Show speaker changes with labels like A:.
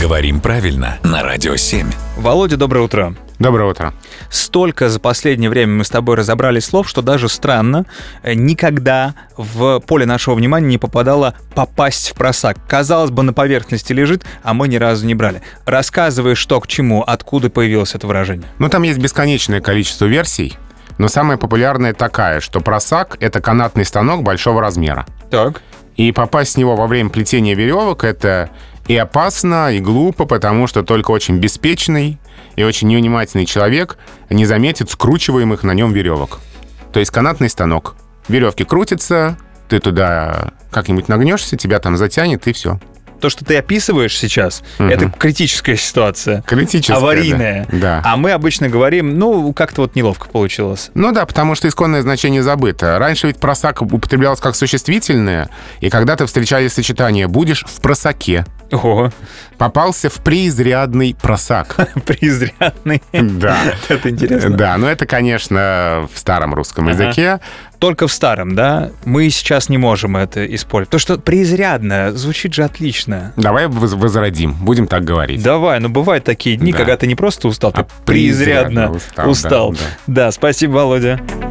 A: Говорим правильно на Радио 7.
B: Володя, доброе утро.
C: Доброе утро.
B: Столько за последнее время мы с тобой разобрали слов, что даже странно, э, никогда в поле нашего внимания не попадало попасть в просак. Казалось бы, на поверхности лежит, а мы ни разу не брали. Рассказывай, что к чему, откуда появилось это выражение.
C: Ну, там есть бесконечное количество версий, но самая популярная такая, что просак — это канатный станок большого размера.
B: Так.
C: И попасть с него во время плетения веревок — это и опасно, и глупо, потому что только очень беспечный и очень неунимательный человек не заметит скручиваемых на нем веревок. То есть канатный станок. Веревки крутятся, ты туда как-нибудь нагнешься, тебя там затянет, и все.
B: То, что ты описываешь сейчас,
C: Мгм.
B: это критическая ситуация.
C: Критическое. да.
B: Аварийная.
C: Да.
B: А мы обычно говорим, ну, как-то вот неловко получилось.
C: Ну да, потому что исконное значение забыто. Раньше ведь просак употреблялось как существительное, и когда-то встречали сочетание «будешь в просаке»,
B: О,
C: «попался в преизрядный просак».
B: презрятный.
C: Да.
B: Это интересно.
C: Да, но это, конечно, в старом русском языке.
B: только в старом, да? Мы сейчас не можем это использовать. То, что преизрядно, звучит же отлично.
C: Давай воз- возродим, будем так говорить.
B: Давай, ну бывают такие дни,
C: Да.
B: когда ты не просто устал, ты
C: А
B: преизрядно
C: преизрядно устал,
B: устал.
C: да,
B: да, спасибо, Володя.